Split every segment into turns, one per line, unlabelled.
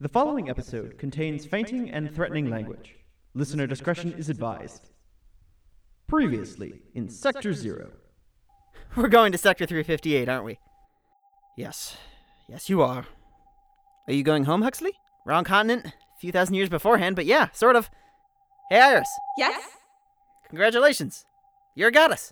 The following episode contains fainting and threatening language. Listener discretion is advised. Previously in Sector Zero.
We're going to Sector 358, aren't we? Yes. Yes, you are. Are you going home, Huxley? Wrong continent? A few thousand years beforehand, but yeah, sort of. Hey, Iris,
Yes?
congratulations. You're a goddess.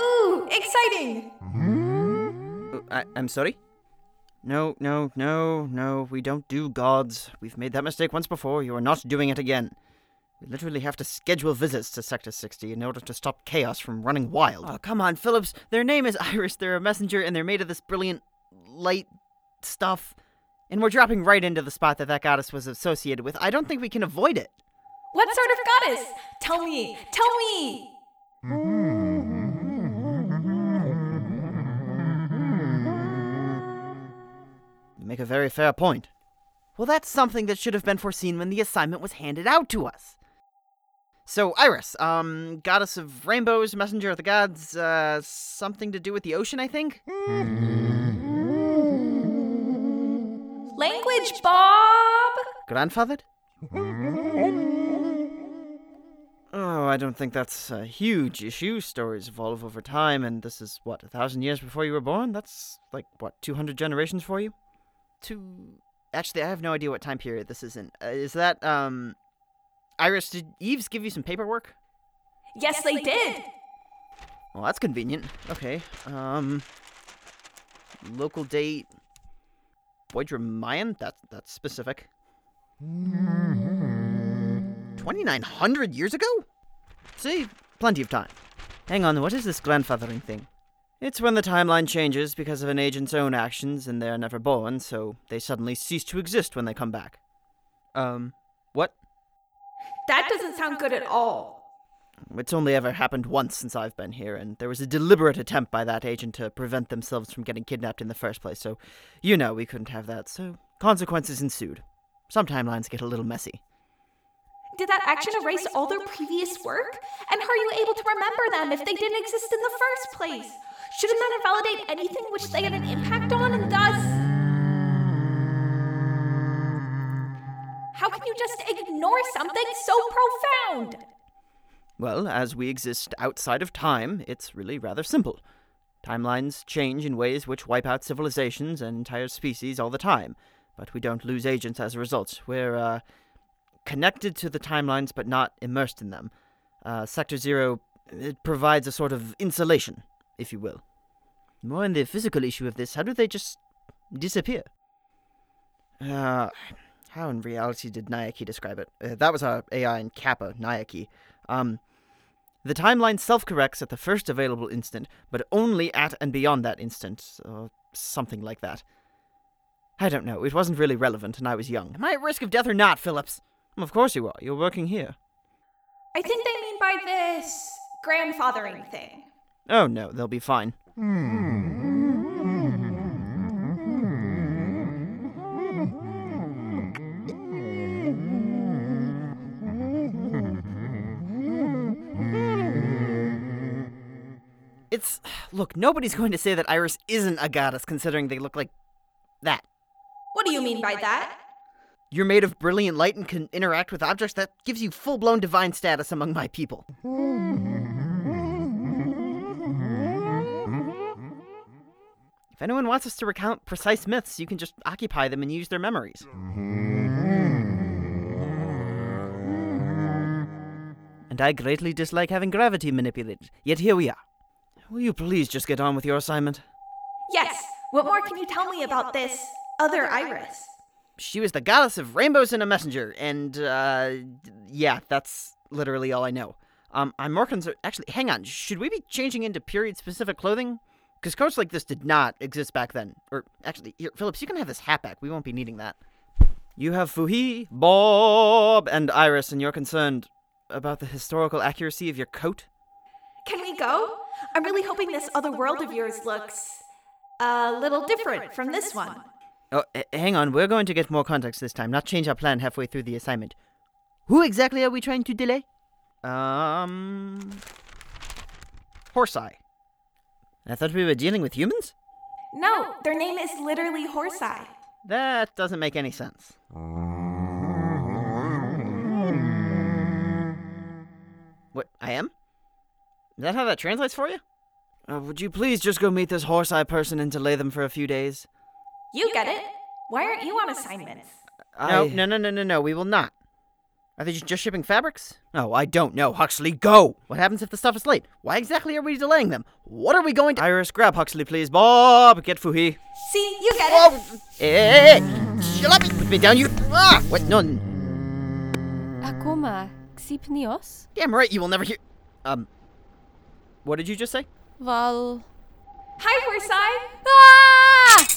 Ooh, exciting!
Oh, I- I'm sorry? No, no, no, no, we don't do gods. We've made that mistake once before. You are not doing it again. We literally have to schedule visits to Sector 60 in order to stop chaos from running wild. Oh, come on, Phillips. Their name is Iris. They're a messenger, and they're made of this brilliant light stuff. And we're dropping right into the spot that that goddess was associated with. I don't think we can avoid it.
What sort of goddess? Tell me, tell me!
You make a very fair point. Well, that's something that should have been foreseen when the assignment was handed out to us. So, Iris, um, goddess of rainbows, messenger of the gods, uh, something to do with the ocean, I think?
Language, Bob!
Grandfathered? Oh, I don't think that's a huge issue. Stories evolve over time, and this is, what, a thousand years before you were born? That's, like, what, 200 generations for you? Two. Actually, I have no idea what time period this is in. Uh, is that, um. Iris, did Eves give you some paperwork?
Yes, they did!
Well, that's convenient. Okay. Um. Local date. Boydromayan? That's that's specific. 2,900 years ago? See, plenty of time. Hang on, what is this grandfathering thing? It's when the timeline changes because of an agent's own actions and they're never born, so they suddenly cease to exist when they come back. Um, what?
That doesn't sound good at all.
It's only ever happened once since I've been here, and there was a deliberate attempt by that agent to prevent themselves from getting kidnapped in the first place, so you know we couldn't have that, so consequences ensued. Some timelines get a little messy.
Did that action erase all their previous work? And how are you able to remember them if they didn't exist in the first place? Shouldn't that invalidate anything which they had an impact on and thus. How can you just ignore something so profound?
Well, as we exist outside of time, it's really rather simple. Timelines change in ways which wipe out civilizations and entire species all the time, but we don't lose agents as a result. We're uh, connected to the timelines but not immersed in them. Uh, Sector Zero it provides a sort of insulation, if you will. More on the physical issue of this, how do they just disappear? Uh, how in reality did Nike describe it? Uh, that was our AI in Kappa, Nike. Um, the timeline self corrects at the first available instant, but only at and beyond that instant, or something like that. I don't know, it wasn't really relevant, and I was young. Am I at risk of death or not, Phillips? Of course you are, you're working here.
I think they mean by this grandfathering thing.
Oh no, they'll be fine. It's. Look, nobody's going to say that Iris isn't a goddess considering they look like that.
What do you mean by that?
You're made of brilliant light and can interact with objects that gives you full blown divine status among my people. If anyone wants us to recount precise myths, you can just occupy them and use their memories. And I greatly dislike having gravity manipulated, yet here we are. Will you please just get on with your assignment?
Yes. What more can you tell me about this other Iris?
She was the goddess of rainbows and a messenger, and, uh, yeah, that's literally all I know. Um, I'm more concerned. Actually, hang on. Should we be changing into period specific clothing? Because coats like this did not exist back then. Or actually, here, Phillips, you can have this hat back. We won't be needing that. You have Fuhi, Bob, and Iris, and you're concerned about the historical accuracy of your coat?
Can we go? I'm really hoping this other world of yours looks a little different from this one.
Oh, h- hang on. We're going to get more context this time, not change our plan halfway through the assignment. Who exactly are we trying to delay? Um. Horseye. I thought we were dealing with humans?
No, their name is literally Horseye.
That doesn't make any sense. What? I am? Is that how that translates for you? Uh, would you please just go meet this Horseye person and delay them for a few days?
You get it? Why aren't you on assignments?
No, no, no, no, no, no. We will not. Are they ju- just shipping fabrics? No, I don't know. Huxley, go! What happens if the stuff is late? Why exactly are we delaying them? What are we going to. Iris, grab Huxley, please. Bob, get Fuhi.
See, you get
Oh.
it?
Eh, you let me put me down, you. Ah, what? No, n-
Ακόμα ξύπνιος,
damn right, you will never hear. Um, what did you just say?
Val...
Hi, Horseye!
Α!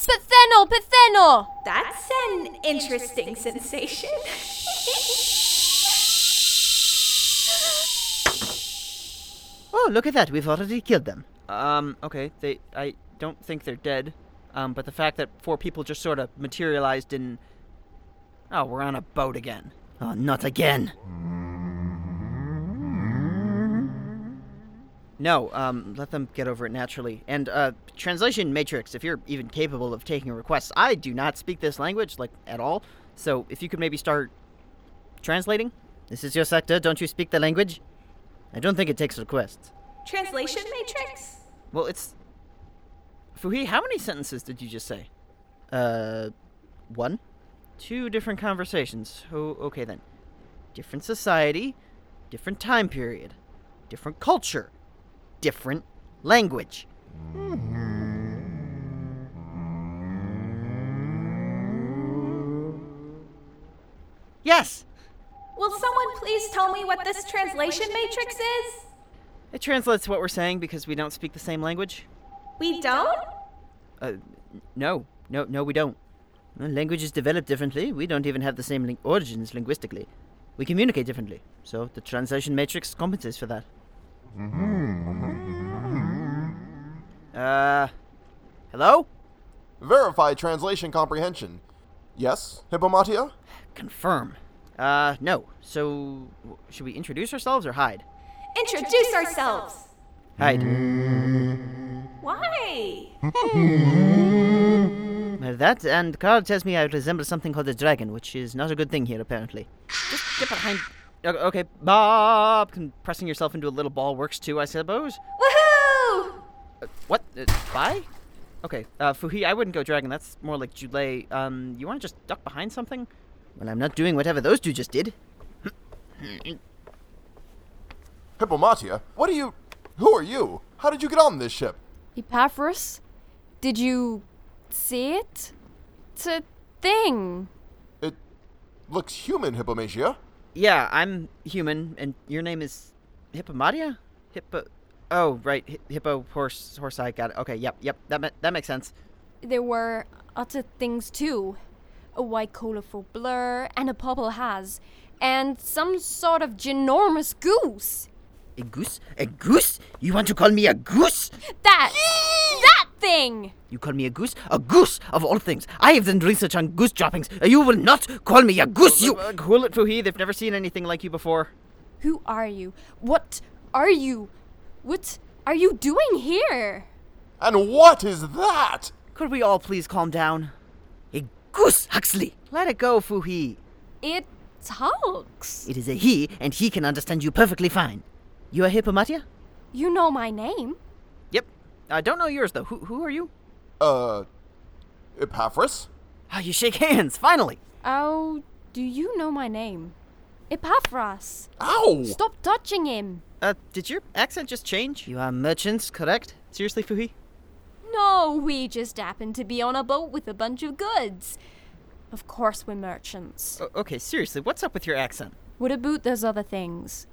Πεθαίνω, πεθαίνω!
That's an interesting sensation.
Oh, look at that. We've already killed them. Um, okay. They, I don't think they're dead. Um, but the fact that four people just sort of materialized in. Oh, we're on a boat again. Oh, not again. No, um, let them get over it naturally. And, uh, translation matrix, if you're even capable of taking requests, I do not speak this language, like, at all. So if you could maybe start translating. This is your sector, don't you speak the language? I don't think it takes requests.
Translation Matrix?
Well, it's. Fuhi, how many sentences did you just say? Uh, one? Two different conversations. Oh, okay then. Different society, different time period, different culture, different language. Yes!
Will someone please tell me what this translation matrix is?
It translates what we're saying because we don't speak the same language.
We don't?
Uh, n- no, no, no, we don't. Uh, Languages develop differently. We don't even have the same lin- origins linguistically. We communicate differently, so the translation matrix compensates for that. Uh, hello?
Verify translation comprehension. Yes, Hippomatia?
Confirm. Uh, no. So, w- should we introduce ourselves or hide?
Introduce ourselves.
Hide.
Why?
Well, that and Carl tells me I resemble something called a dragon, which is not a good thing here, apparently. Just get behind. O- Okay, Bob, compressing yourself into a little ball works too, I suppose.
Woohoo!
Uh, what? Uh, bye? Okay, uh, Fuhi, I wouldn't go dragon. That's more like Julei. Um, you want to just duck behind something? Well, I'm not doing whatever those two just did.
Hippomatia? What are you. Who are you? How did you get on this ship?
Epaphras, did you see it? It's a thing.
It looks human, Hippomatia.
Yeah, I'm human, and your name is Hippomatia? Hippo. Oh, right. Hi- hippo, horse, horse, I got it. Okay, yep, yep. That, ma- that makes sense.
There were other things too. A white colorful blur and a purple has, and some sort of ginormous goose.
A goose? A goose? You want to call me a goose?
That that thing.
You call me a goose? A goose of all things. I have done research on goose droppings. You will not call me a goose. You cool uh, it, Fuhi. They've never seen anything like you before.
Who are you? What are you? What are you doing here?
And what is that?
Could we all please calm down? A goose, Huxley. Let it go, Fuhi.
It talks.
It is a he, and he can understand you perfectly fine. You a hippomatia?
You know my name.
Yep. I don't know yours though. Who who are you?
Uh. Epaphras?
Ah, you shake hands finally.
Oh, do you know my name? Epaphras.
Ow!
Stop touching him.
Uh, did your accent just change? You are merchants, correct? Seriously, Fuhi?
No, we just happened to be on a boat with a bunch of goods. Of course, we're merchants.
O- okay, seriously, what's up with your accent?
What about those other things?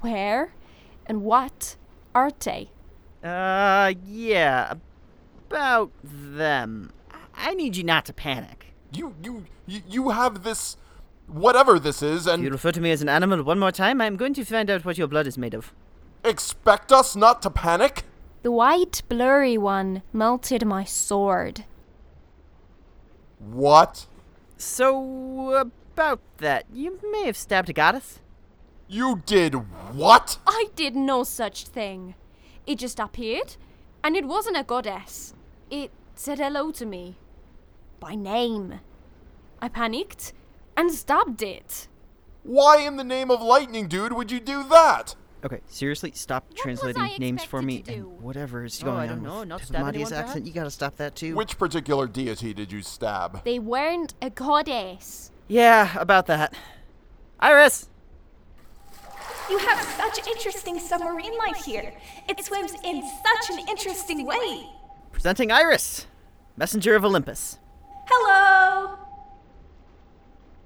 where, and what are they?
Uh, yeah, about them. I- I need you not to panic.
You, you, you, you have this, whatever this is, and
You refer to me as an animal one more time, I'm going to find out what your blood is made of.
expect us not to panic?
The white, blurry one melted my sword.
What?
So, about that, you may have stabbed a goddess.
You did what?
I did no such thing. It just appeared, and it wasn't a goddess. It said hello to me. By name. I panicked and stabbed it.
Why in the name of lightning, dude, would you do that?
Okay, seriously, stop
was
translating
I
names for
expected
me
to do?
and whatever is
Oh,
going
I
on
don't know,
with
not stab
Devamati's
anyone, Dad?
accent. You gotta stop that too.
Which particular deity did you stab?
They weren't a goddess.
Yeah, about that. Iris!
You have such interesting submarine life here. It swims in such an interesting way.
Presenting Iris, Messenger of Olympus.
Hello!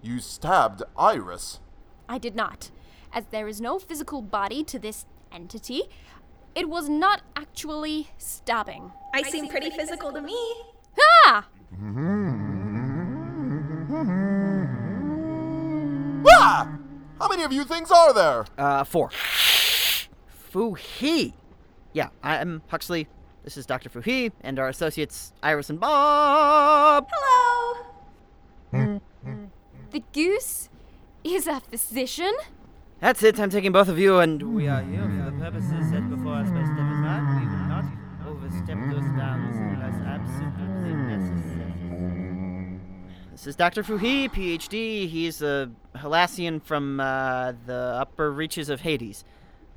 You stabbed Iris.
I did not. As there is no physical body to this entity, it was not actually stabbing.
I seem pretty physical to me.
Ha!
Ah! How many of you things are there?
Uh, four. Fuhi! Yeah, I'm Huxley. This is Dr. Fuhi, and our associates, Iris and Bob!
Hello!
The goose is a physician.
That's it, I'm taking both of you, and we are here for the purposes set before us by Stefan. We will not overstep those bounds unless absolutely necessary. This is Dr. Fuhi, PhD. He's a Halassian from uh, the upper reaches of Hades.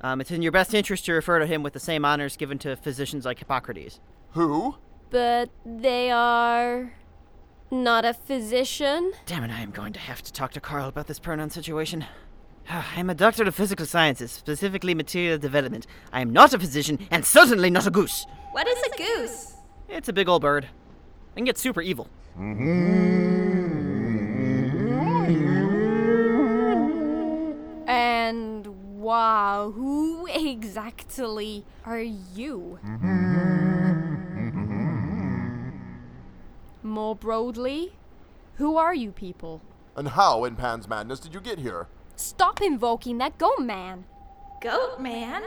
Um, it's in your best interest to refer to him with the same honors given to physicians like Hippocrates.
Who?
But they are not a physician.
Damn it, I am going to have to talk to Carl about this pronoun situation. I'm a doctor of physical sciences, specifically material development. I am not a physician, and certainly not a goose.
What is a goose?
It's a big old bird. And gets super evil.
And wow, who exactly are you? More broadly, who are you people?
And how in Pan's Madness did you get here?
Stop invoking that goat man.
Goat man?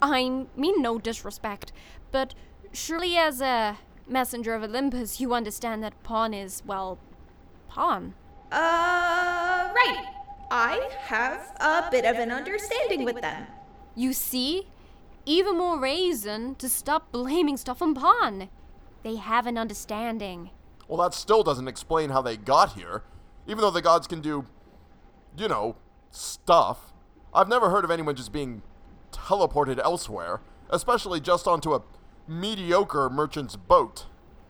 I mean no disrespect, but surely as a messenger of Olympus, you understand that pawn is, well, pawn.
Uh, right. I have a bit of an understanding with them.
You see? Even more reason to stop blaming stuff on pawn. They have an understanding.
Well, that still doesn't explain how they got here. Even though the gods can do, you know, stuff, I've never heard of anyone just being teleported elsewhere, especially just onto a mediocre merchant's boat.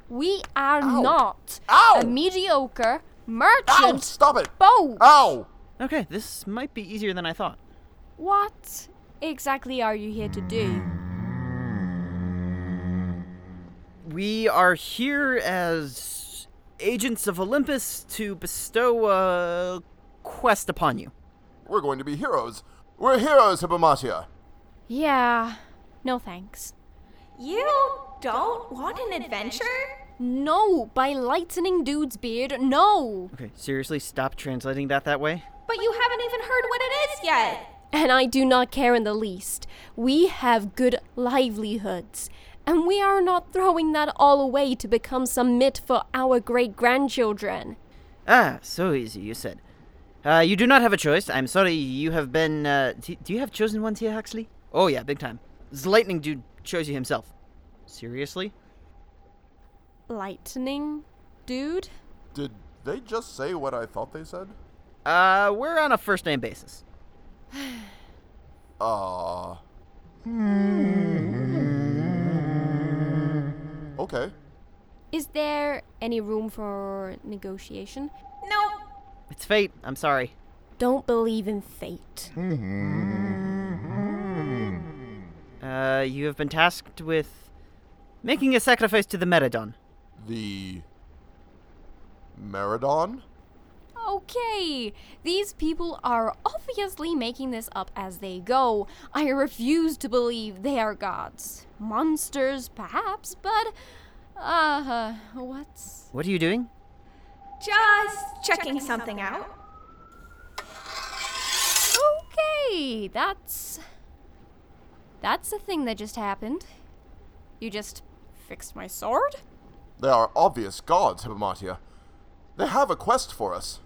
We are
Ow.
not
Ow.
a mediocre
Ow!
merchant
Stop Uh. it!
boat.
Ow!
Okay, this might be easier than I thought.
What exactly are you here to do?
We are here as agents of Olympus to bestow a quest upon you.
We're going to be heroes. We're heroes, Hippomatia.
Yeah, no thanks.
You don't want an adventure?
No, by lightening dude's beard, no.
Okay, seriously, stop translating that that way?
But you haven't even heard what it is yet.
And I do not care in the least. We have good livelihoods. And we are not throwing that all away to become some mitt for our great grandchildren.
Ah, so easy, you said. Uh, you do not have a choice. I'm sorry, you have been. Uh, do, do you have chosen ones here, Huxley? Oh, yeah, big time. This lightning dude chose you himself. Seriously?
Lightning dude?
Did they just say what I thought they said?
Uh, we're on a first name basis.
Uh. Okay.
Is there any room for negotiation?
No,
It's fate. I'm sorry.
Don't believe in fate.
Uh, you have been tasked with making a sacrifice to the Meridon.
The. Meridon?
Okay, these people are obviously making this up as they go. I refuse to believe they are gods. Monsters, perhaps, but. Uh, what's.
What are you doing?
Just checking something out.
Okay, that's. That's a thing that just happened. You just fixed my sword?
They are obvious gods, Hippomatia. They have a quest for us.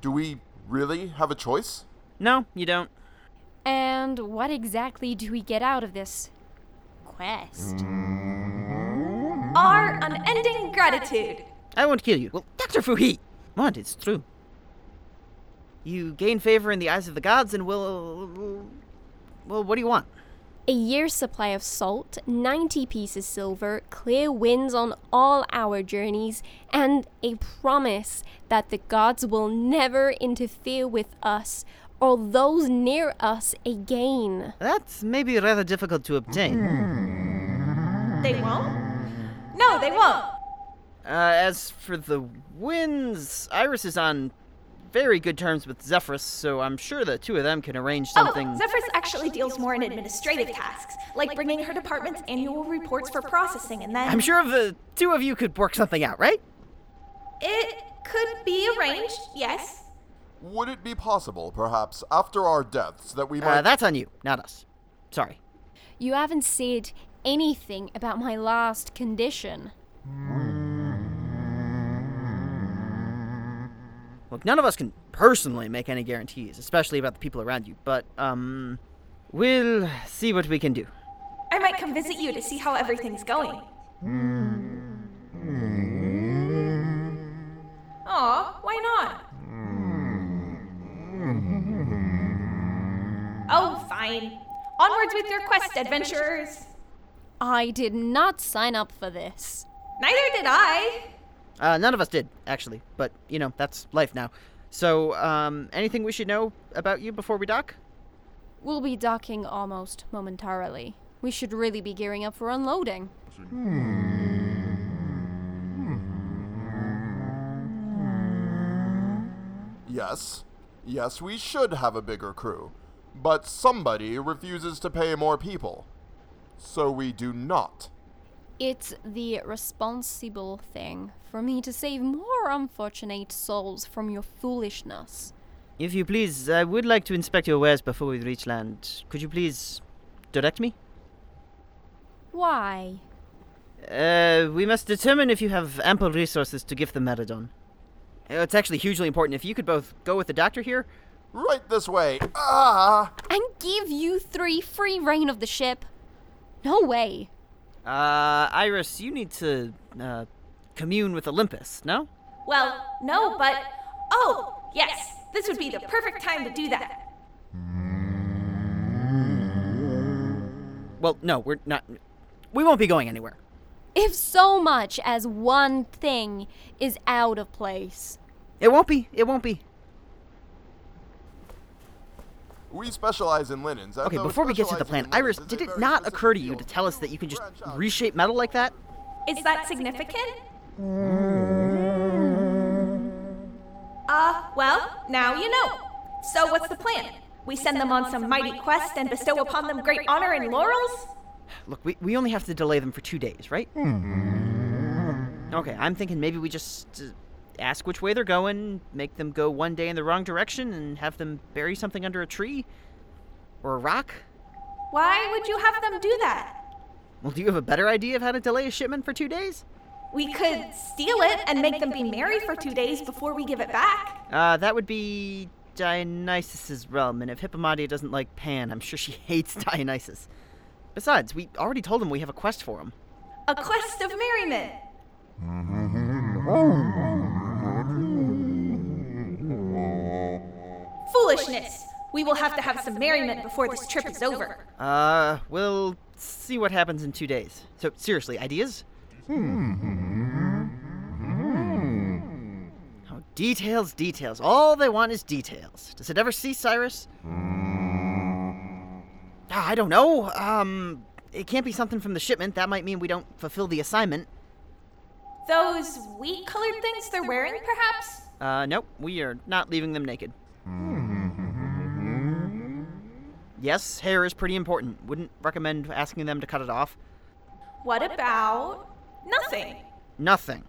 Do we really have a choice?
No, you don't.
And what exactly do we get out of this quest?
Our unending gratitude.
I won't kill you. Well, Dr. Fuhi! What? It's true. You gain favor in the eyes of the gods and will. Well, what do you want?
A year's supply of salt, 90 pieces silver, clear winds on all our journeys, and a promise that the gods will never interfere with us or those near us again.
That may be rather difficult to
Hmm.
obtain.
They won't? No, they won't.
Uh, as for the winds, Iris is on very good terms with Zephyrus, so I'm sure the two of them can arrange something.
Oh, Zephyrus actually deals more in administrative tasks, like bringing her department's annual reports for processing, and then
I'm sure the two of you could work something out, right?
it could be arranged. Yes.
Would it be possible, perhaps, after our deaths, that we might.
Uh, that's on you, not us. Sorry.
You haven't said anything about my last condition.
Look, none of us can personally make any guarantees, especially about the people around you, but, um, we'll see what we can do.
I might come visit you to see how everything's going. Aw, why not? Oh, fine. Onwards with your quest, adventurers.
I did not sign up for this.
Neither did I.
Uh, none of us did, actually, but, you know, that's life now. So, um, anything we should know about you before we dock?
We'll be docking almost momentarily. We should really be gearing up for unloading.
Yes. Yes, we should have a bigger crew. But somebody refuses to pay more people. So we do not.
It's the responsible thing for me to save more unfortunate souls from your foolishness.
If you please, I would like to inspect your wares before we reach land. Could you please direct me?
Why?
Uh, we must determine if you have ample resources to give the Meridon. Uh, It's actually hugely important. If you could both go with the doctor here,
Right this way. Ah!
And give you three free reign of the ship? No way.
uh, Iris, you need to uh, commune with Olympus, no?
Well, no, but. Oh, yes, this would be the perfect time to do that.
Well, no, we're not. We won't be going anywhere.
If so much as one thing is out of place.
It won't be. It won't be.
We specialize in linens. and
Okay,
though
before we get to the plan,
specializing in
Iris,
linens is
did
a
it
very
not
specific
occur to you
field,
to tell us that you can just
branch out.
reshape metal like that?
Is that significant? Uh, well, now you know. So what's the plan? We send them on some mighty quest and bestow upon them great honor and laurels?
Look, we, we only have to delay them for two days, right? Okay, I'm thinking maybe we just uh, ask which way they're going, make them go one day in the wrong direction, and have them bury something under a tree or a rock.
Why would you have them do that?
Well, do you have a better idea of how to delay a shipment for two days?
We could steal it and make them be merry for two days before we give it back.
Uh, that would be Dionysus's realm, and if Hippomatia doesn't like Pan, I'm sure she hates Dionysus. Besides, we already told him we have a quest for him.
A quest of merriment. Foolishness! We will have to have some merriment before this trip is over.
Uh, we'll see what happens in two days. So, seriously, ideas? Hmm. Oh, details, details. All they want is details. Does it ever cease, Cyrus? Ah, I don't know. Um, it can't be something from the shipment. That might mean we don't fulfill the assignment.
Those wheat colored things they're wearing, perhaps?
Uh, nope, we are not leaving them naked. yes, hair is pretty important. Wouldn't recommend asking them to cut it off.
What about nothing?
Nothing.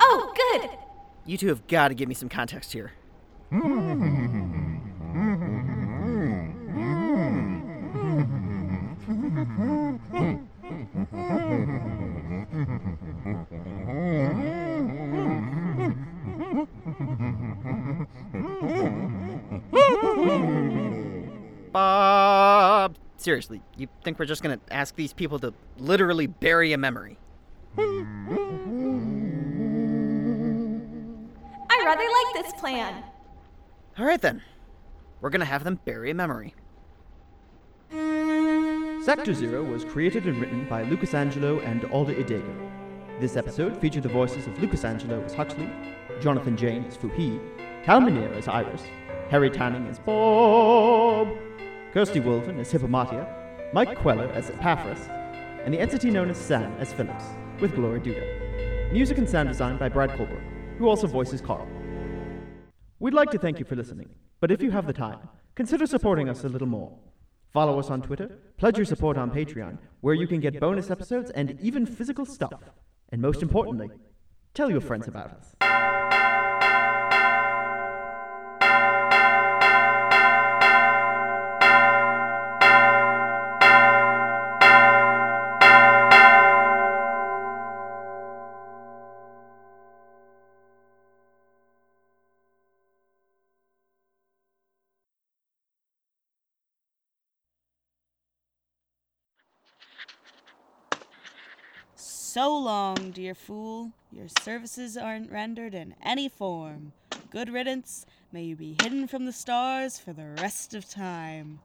Oh, good.
You two have got to give me some context here. Bob, seriously, you think we're just gonna ask these people to literally bury a memory?
I rather like this plan.
All right then, we're gonna have them bury a memory.
Sector Zero was created and written by Lucas Angelo and Alda Idego. This episode featured the voices of Lucas Angelo as Huxley, Jonathan Jane as Fuhi, Cal Minear as Iris, Harry Tanning as Bob, Kirsty Wolven as Hippomatia, Mike Queller as Epaphras, and the entity known as Sam as Phillips, with Gloria Duda. Music and sound design by Brad Colbert, who also voices Carl. We'd like to thank you for listening, but if you have the time, consider supporting us a little more. Follow us on Twitter, pledge your support on Patreon, where you can get bonus episodes and even physical stuff. And most importantly, tell your friends about us.
So long, dear fool. Your services aren't rendered in any form. Good riddance. May you be hidden from the stars for the rest of time.